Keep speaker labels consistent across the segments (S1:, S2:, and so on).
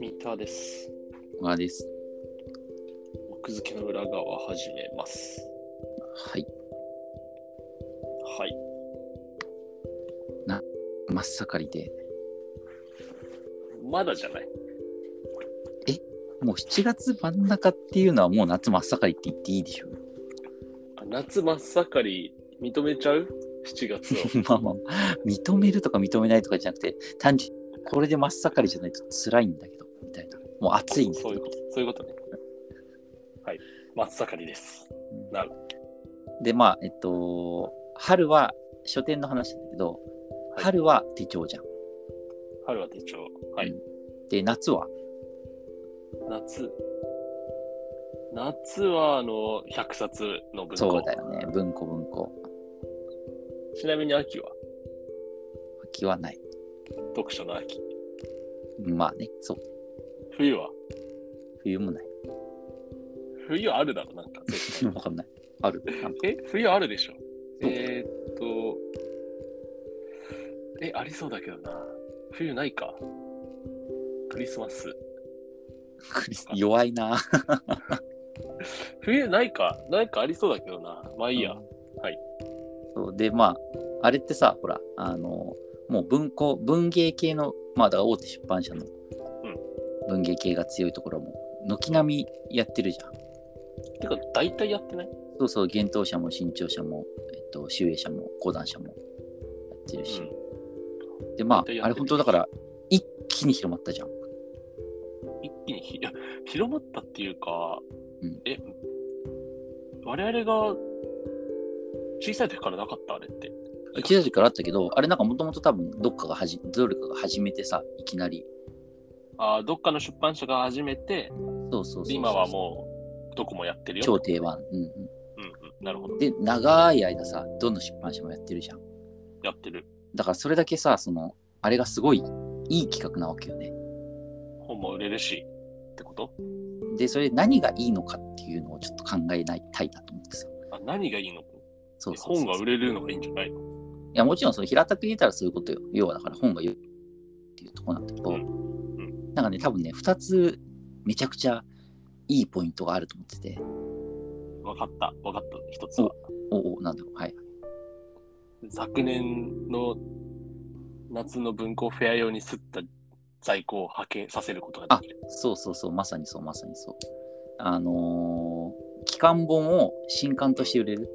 S1: 三田です。
S2: まあです。
S1: 奥付けの裏側始めます。
S2: はい。
S1: はい。
S2: 真っ盛りで。
S1: まだじゃない。
S2: もう7月真ん中っていうのはもう夏真っ盛りって言っていいでしょう。
S1: あ夏真っ盛り認めちゃう ?7 月を。
S2: まあまあ、認めるとか認めないとかじゃなくて、単純にこれで真っ盛りじゃないと辛いんだけど、みたいな。もう暑いんだけ
S1: そういう
S2: ど。
S1: こと。そういうことね。はい。真っ盛りです。なる
S2: で、まあ、えっと、春は書店の話なんだけど、
S1: はい
S2: 春は手帳じゃん。
S1: 春は手帳。はい。
S2: で、夏は
S1: 夏。夏は、あの、100冊の文庫。
S2: そうだよね。文庫文庫。
S1: ちなみに秋は、
S2: 秋はない。
S1: 読書の秋。
S2: まあね、そう。
S1: 冬は、
S2: 冬もない。
S1: 冬はあるだろ、なんか。
S2: わかんない。ある。なんか
S1: え、冬あるでしょ
S2: そう
S1: えーっと、え、ありそうだけどな。冬ないか。クリスマス。
S2: クリス弱いな。
S1: 冬ないか。ないかありそうだけどな。まあいいや。
S2: うん
S1: はい。
S2: そうで、まあ、あれってさ、ほら、あの、もう文庫、文芸系の、まあだから大手出版社の文芸系が強いところも、軒並みやってるじゃん。
S1: てか、大体やってない
S2: そうそう、幻冬社も新潮社も、えっと、集英社も、講談社もやってるし。で、ま
S1: 大体やっ
S2: あ、あ
S1: てる
S2: れ本当だから、一気に広まったじゃん。
S1: 一気にひ 広まったっていうか、
S2: うん
S1: え、我々が小さい時からなかったあれって。
S2: 小さい時からあったけど、あれなんかもともと多分、どっかがはじ、どれかが始めてさ、いきなり。
S1: あーどっかの出版社が始めて、
S2: そうそうそうそう。
S1: 今はもうどこもやってるよ。
S2: 超定番。うんう
S1: うん
S2: ん。
S1: うん。なるほど。
S2: で長い間さどの出版社もやってるじゃん
S1: やってる。
S2: だからそれだけさそのあれがすごいいい企画なわけよね
S1: 本も売れるし。ってこと
S2: でそれで何がいいのかっていうのをちょっと考えないたいなと思ってさ
S1: あ何がいいの
S2: そうそうそう
S1: 本が売れるのがいいんじゃないの
S2: いやもちろんその平たく言えたらそういうことよ要はだから本がよっていうとこなんだけど、
S1: うんう
S2: なんかね多分ね2つめちゃくちゃいいポイントがあると思ってて
S1: 分かった分かった一つは
S2: おおなんだろうはい
S1: 昨年の夏の文庫フェア用に吸った在庫を派遣させることができる
S2: そうそうそうまさにそうまさにそうあのー、期間本を新刊として売れる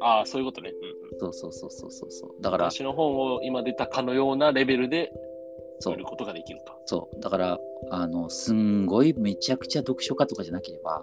S1: ああそういうことね、うんうん、
S2: そうそうそうそうそうそうだから
S1: 私の本を今出たかのようなレベルで
S2: そ
S1: 売
S2: う
S1: ることができると
S2: そうだからあのすんごいめちゃくちゃ読書家とかじゃなければ、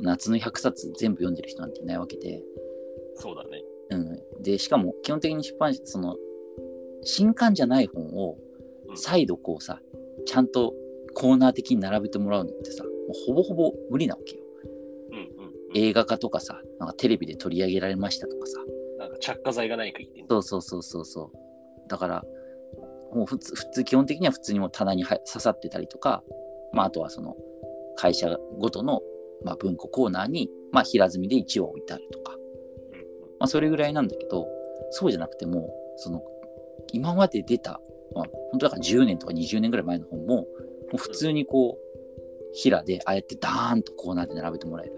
S2: 夏の100冊全部読んでる人なんていないわけで、
S1: そうだね
S2: うん、でしかも基本的に出版社その新刊じゃない本を
S1: うん
S2: 再度こうさちゃんとコーナー的に並べてもらうのってさもうほぼほぼ無理なわけよ
S1: うんうん、うん
S2: 映画化とかさなんかテレビで取り上げられましたとかさ
S1: なんか着火剤がないか言ってんの
S2: そうそうそうそうそう。だから、もう普通、普通、基本的には普通にもう棚には刺さってたりとか、まあ、あとはその、会社ごとの、まあ、文庫コーナーに、まあ、平積みで1を置いてあるとか、
S1: うんうん
S2: まあ、それぐらいなんだけど、そうじゃなくても、その、今まで出た、まあ、本当だから10年とか20年ぐらい前の本も、もう普通にこう、平で、ああやってダーンとコーナーで並べてもらえる。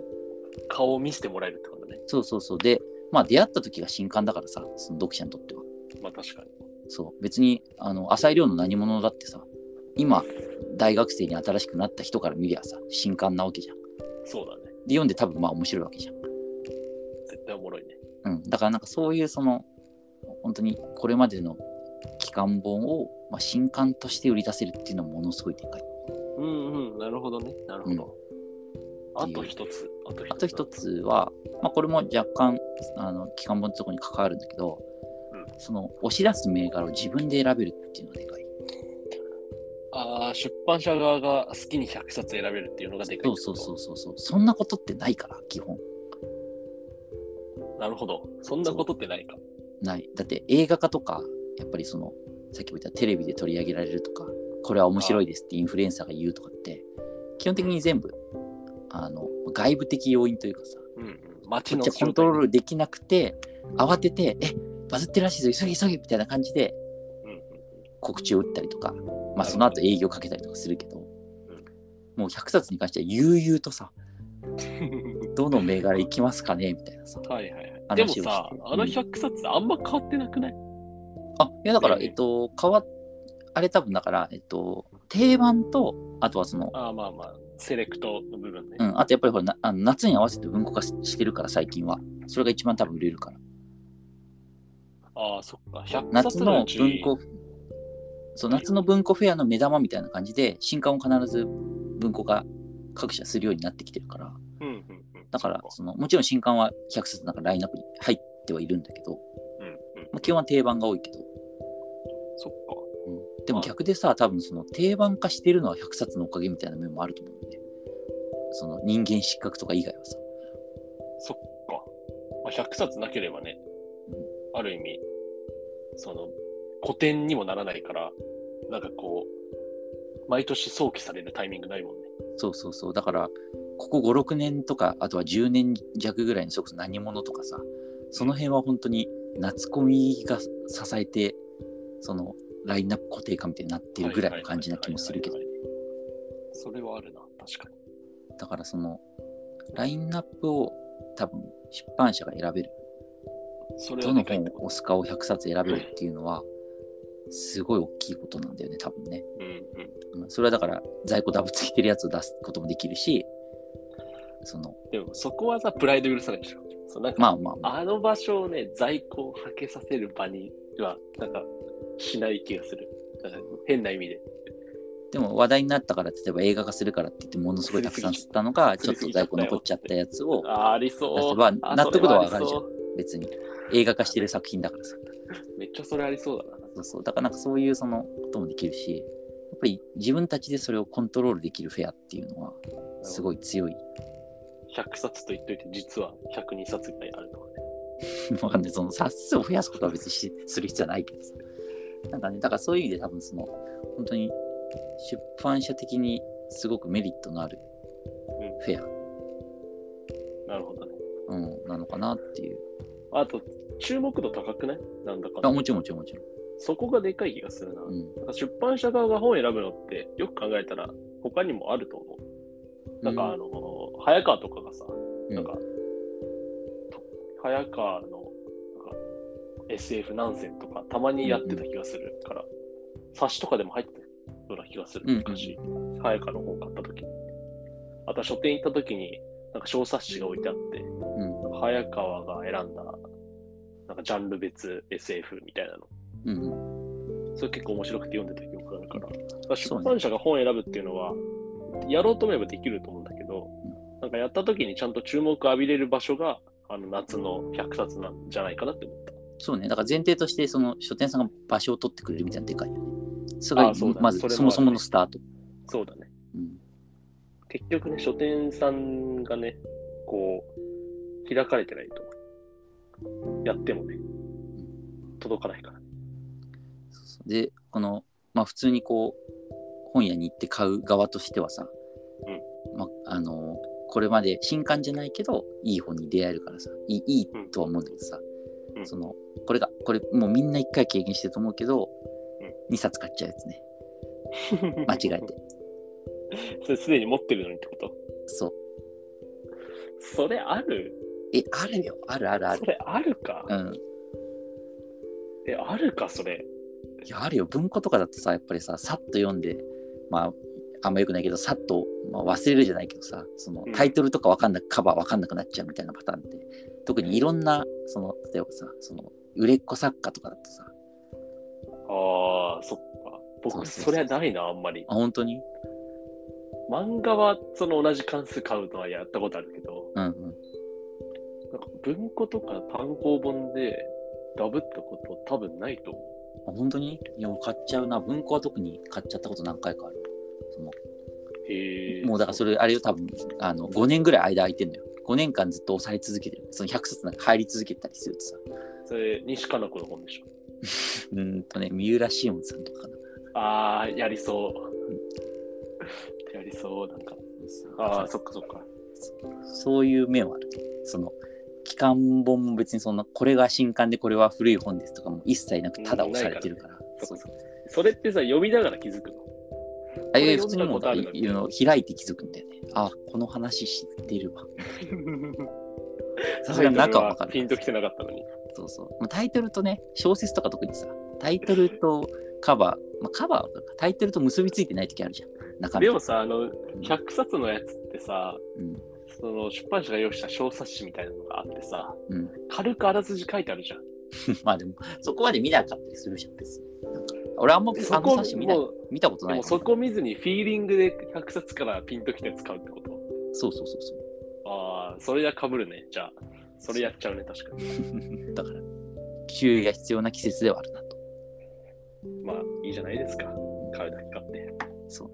S1: 顔を見せてもらえるってことね
S2: そうそうそう。で、まあ、出会った時が新刊だからさ、その読者にとっては。
S1: まあ確かに
S2: そう別にあの浅井亮の何者だってさ今大学生に新しくなった人から見りゃさ新刊なわけじゃんで
S1: そうだね
S2: 読んで多分まあ面白いわけじゃん、
S1: 絶対おもろいね
S2: うん、だからなんかそういうその本当にこれまでの期間本を、まあ、新刊として売り出せるっていうのはものすごいでかい
S1: うんうんなるほどねなるほど、あと一つあと一つ
S2: あと一つは、まあ、これも若干あの期間本ってとこに関わるんだけど、
S1: う
S2: その押し出す銘柄を自分で選べるっていうのがでかい
S1: あー出版社側が好きに100冊選べるっていうのがでかい
S2: そ
S1: っ
S2: う
S1: て
S2: そ
S1: こと
S2: うそうそうそうそんなことってないから基本
S1: なるほどそんなことってないか
S2: ない。だって映画化とか、やっぱりその、さっきも言ったテレビで取り上げられるとか、これは面白いですってインフルエンサーが言うとかって、基本的に全部、あの、外部的要因というかさ、
S1: うんうん街
S2: こっ
S1: の
S2: ちはコントロールできなくて慌てて「えバズってるらしいぞ急げ急げ」みたいな感じで
S1: うん
S2: 告知を打ったりとか、ま
S1: なるほど
S2: あ、その後営業かけたりとかするけど、
S1: ん
S2: もう100冊に関しては悠々とさ
S1: うん
S2: どの銘柄行きますかねみたいなさ
S1: はいはいはい。でも
S2: 話をして
S1: さ、あの100冊あんま変わってなくない
S2: あいやだから、
S1: ねえ
S2: えっと変わっあれ多分だからえっと定番とあとはその
S1: ああまあまあ、セレクトの部分ね。
S2: うん、あとやっぱりほらなあの夏に合わせて文庫化ししてるから最近はそれが一番多分売れるから
S1: ああ、そっか。100
S2: 夏
S1: 冊の
S2: の
S1: うち
S2: 文庫そう夏の文庫フェアの目玉みたいな感じで新刊を必ず文庫化各社するようになってきてるから
S1: うんうんうん。
S2: だから
S1: そっ
S2: そのもちろん新刊は100冊なんかラインナップに入ってはいるんだけど、
S1: うんうん。
S2: まあ、基本は定番が多いけど、
S1: そっか。
S2: うん、でも逆でさ多分その定番化してるのは100冊のおかげみたいな面もあると思うんでその人間失格とか以外はさ
S1: そっか。まあ、100冊なければね、ある意味、その、古典にもならないから、なんかこう、毎年想起されるタイミングないもんね。
S2: そうそうそう。だから、ここ5、6年とか、あとは10年弱ぐらいの、それこそ何者とかさ、その辺は本当に夏コミが支えて、そのラインナップ固定化みたいになってるぐらいの感じな気もするけど
S1: はい、はいはいはいはい。それはあるな、確かに。
S2: だからその、ラインナップを多分出版社が選べる、
S1: それ
S2: ど
S1: は
S2: の
S1: でかい
S2: 本
S1: って
S2: を
S1: こ
S2: 押すかを100冊選べるっていうのは、すごい大きいことなんだよね、多分ね。
S1: と。うんうん。
S2: うんそれはだから、在庫ダブついてるやつを出すこともできるし、その、
S1: でも、そこはさ、プライド許さないでしょ。そうなんか
S2: まあまあまあ、
S1: あの場所をね、在庫をはけさせる場には、なんか、しない気がする。なんか変な意味で。
S2: でも話題になったから例えば映画化するからって言ってものすごいたくさん吸ったのがち
S1: す
S2: ょ
S1: り
S2: っ
S1: す
S2: と
S1: ぎちゃっ
S2: 在
S1: た
S2: 庫
S1: よ
S2: 残っちゃったやつを
S1: あー、ありそう。
S2: 出せば
S1: あ
S2: 納得度は上が
S1: そ
S2: るじ
S1: れ
S2: ゃ
S1: はあり
S2: 別に映画化してる作品だからさ
S1: そうめっちゃそれありそうだな。
S2: そうそうだからなんかそういうそのこともできるしやっぱり自分たちでそれをコントロールできるフェアっていうのはすごい強い
S1: 100冊と言っといて、実は102冊ぐらいあるとかね。
S2: わかんないその冊数を増やすことは別にしする必要はないけどさなんかねだからそういう意味で多分その本当に出版社的にすごくメリットのあるフェ
S1: なるほどね。
S2: ア、うん、なのかなっていう
S1: あと、注目度高くないなんだかんだ
S2: あもちろんもちろんもちろ
S1: そこがでかい気がするな。
S2: ん、うん、
S1: なんか出版社側が本選ぶのって、よく考えたら、他にもあると思う。なんか、あの早川とかがさ、
S2: うん
S1: なんか、と早川のなんか SF 何選とか、たまにやってた気がするから、冊子とかでも入ってたような気がする
S2: うんうん、
S1: 昔、早川の本買った時に。あとは書店行った時に、なんか小冊子が置いてあって、
S2: うん
S1: なんか早川が選んだ、なんかジャンル別 SF みたいなの。
S2: うん
S1: それ結構面白くて読んでた記憶があるから、だから出
S2: そうね
S1: 版社が本を選ぶっていうのは、やろうと思えばできると思うんだけど、なんかやった時にちゃんと注目を浴びれる場所が、あの夏の100冊なんじゃないかなって思った。
S2: そうね、だから前提としてその書店さんが場所を取ってくれるみたいなでかいよね。それ
S1: あ
S2: が
S1: そうだね
S2: まず
S1: それもあるね
S2: そもそものスタート。
S1: そうだね。
S2: うん、
S1: 結局ね、書店さんがね、こう、開かれてないと、やってもね、届かないから。
S2: そうそうで、この、まあ普通にこう、本屋に行って買う側としてはさ、まあの、これまで新刊じゃないけど、いい本に出会えるからさ、いいいいとは思うんだけどさ、
S1: うん
S2: その、これが、これもうみんな一回経験してると思うけど、
S1: うん
S2: 二2冊買っちゃうやつね、間違えて。
S1: それ すでに持ってるのにってこと
S2: そう。
S1: それある
S2: え、あるよ、あるあるあ
S1: そ
S2: る。
S1: れあるか、
S2: うん。
S1: え、あるか、それ。
S2: いやあるよ文庫とかだとさやっぱりささっと読んでまああんまよくないけどさっと、まあ、忘れるじゃないけどさその
S1: うん
S2: タイトルとかわかんなくカバーわかんなくなっちゃうみたいなパターンって特にいろんなその例えばさその売れっ子作家とかだとさ
S1: ああ、そっか。
S2: そう
S1: 僕、
S2: そうそう
S1: それはないな、あんまり。
S2: あ本当に
S1: 漫画は、その同じ関数買うのはやったことあるけど、
S2: うんうん
S1: なんか文庫とか単行本でダブったこと多分ないと思う。
S2: あ本当にいやもう買っちゃうな文庫は特に買っちゃったこと何回かあるその
S1: へえ。
S2: もうだからそれあれよ多分あの5年ぐらい間空いてんのよ5年間ずっと押さえ続けてるその100冊なんか入り続けたりするとさ
S1: それ、西加奈子の本でしょ。
S2: うーんとね三浦紫音さんとかかな
S1: ああ、やり そう。やりそう、なんか。ああ、そっかそっか。
S2: そういう面はある。その期間本も別にそんなこれが新刊でこれは古い本ですとかも一切な
S1: う
S2: く
S1: ん
S2: ただ押されてるから。
S1: そ
S2: そうう
S1: そ
S2: そうう
S1: それってさ、読みながら気づくの。
S2: あいやいや
S1: こ
S2: 普
S1: れ読
S2: 通に
S1: んだ
S2: も
S1: こ
S2: う
S1: とあるな
S2: いうの開いて気づくんだよね。あこの話知ってるわ。さすがに中はわかる。
S1: ピンときてなかったのに。
S2: そうそう。まあ、タイトルとね、小説とか特にさ、タイトルとカバー、まあ、カバーはわかるかタイトルと結びついてない時あるじゃん。中身
S1: でもさ、あの、100冊のやつってさ、
S2: うん
S1: その出版社が用意した小冊子みたいなのがあってさ、
S2: うん
S1: 軽くあらすじ書いてあるじゃん。
S2: まあでも、そこまで見なかったりするじゃん、別に。なんか俺あんま
S1: で
S2: 別に
S1: そ
S2: あの
S1: こ
S2: 冊子見ない
S1: もう
S2: 見たこと
S1: で
S2: ない
S1: も
S2: から
S1: そこ見ずにフィーリングで100冊からピンときて使うってこと
S2: そうそうそうそう。
S1: ああ、それはかぶるね。じゃあ、それやっちゃうね、確かに。
S2: だから、注意が必要な季節ではあるなと。
S1: まあ、いいじゃないですか。買うだけ買って。
S2: そう。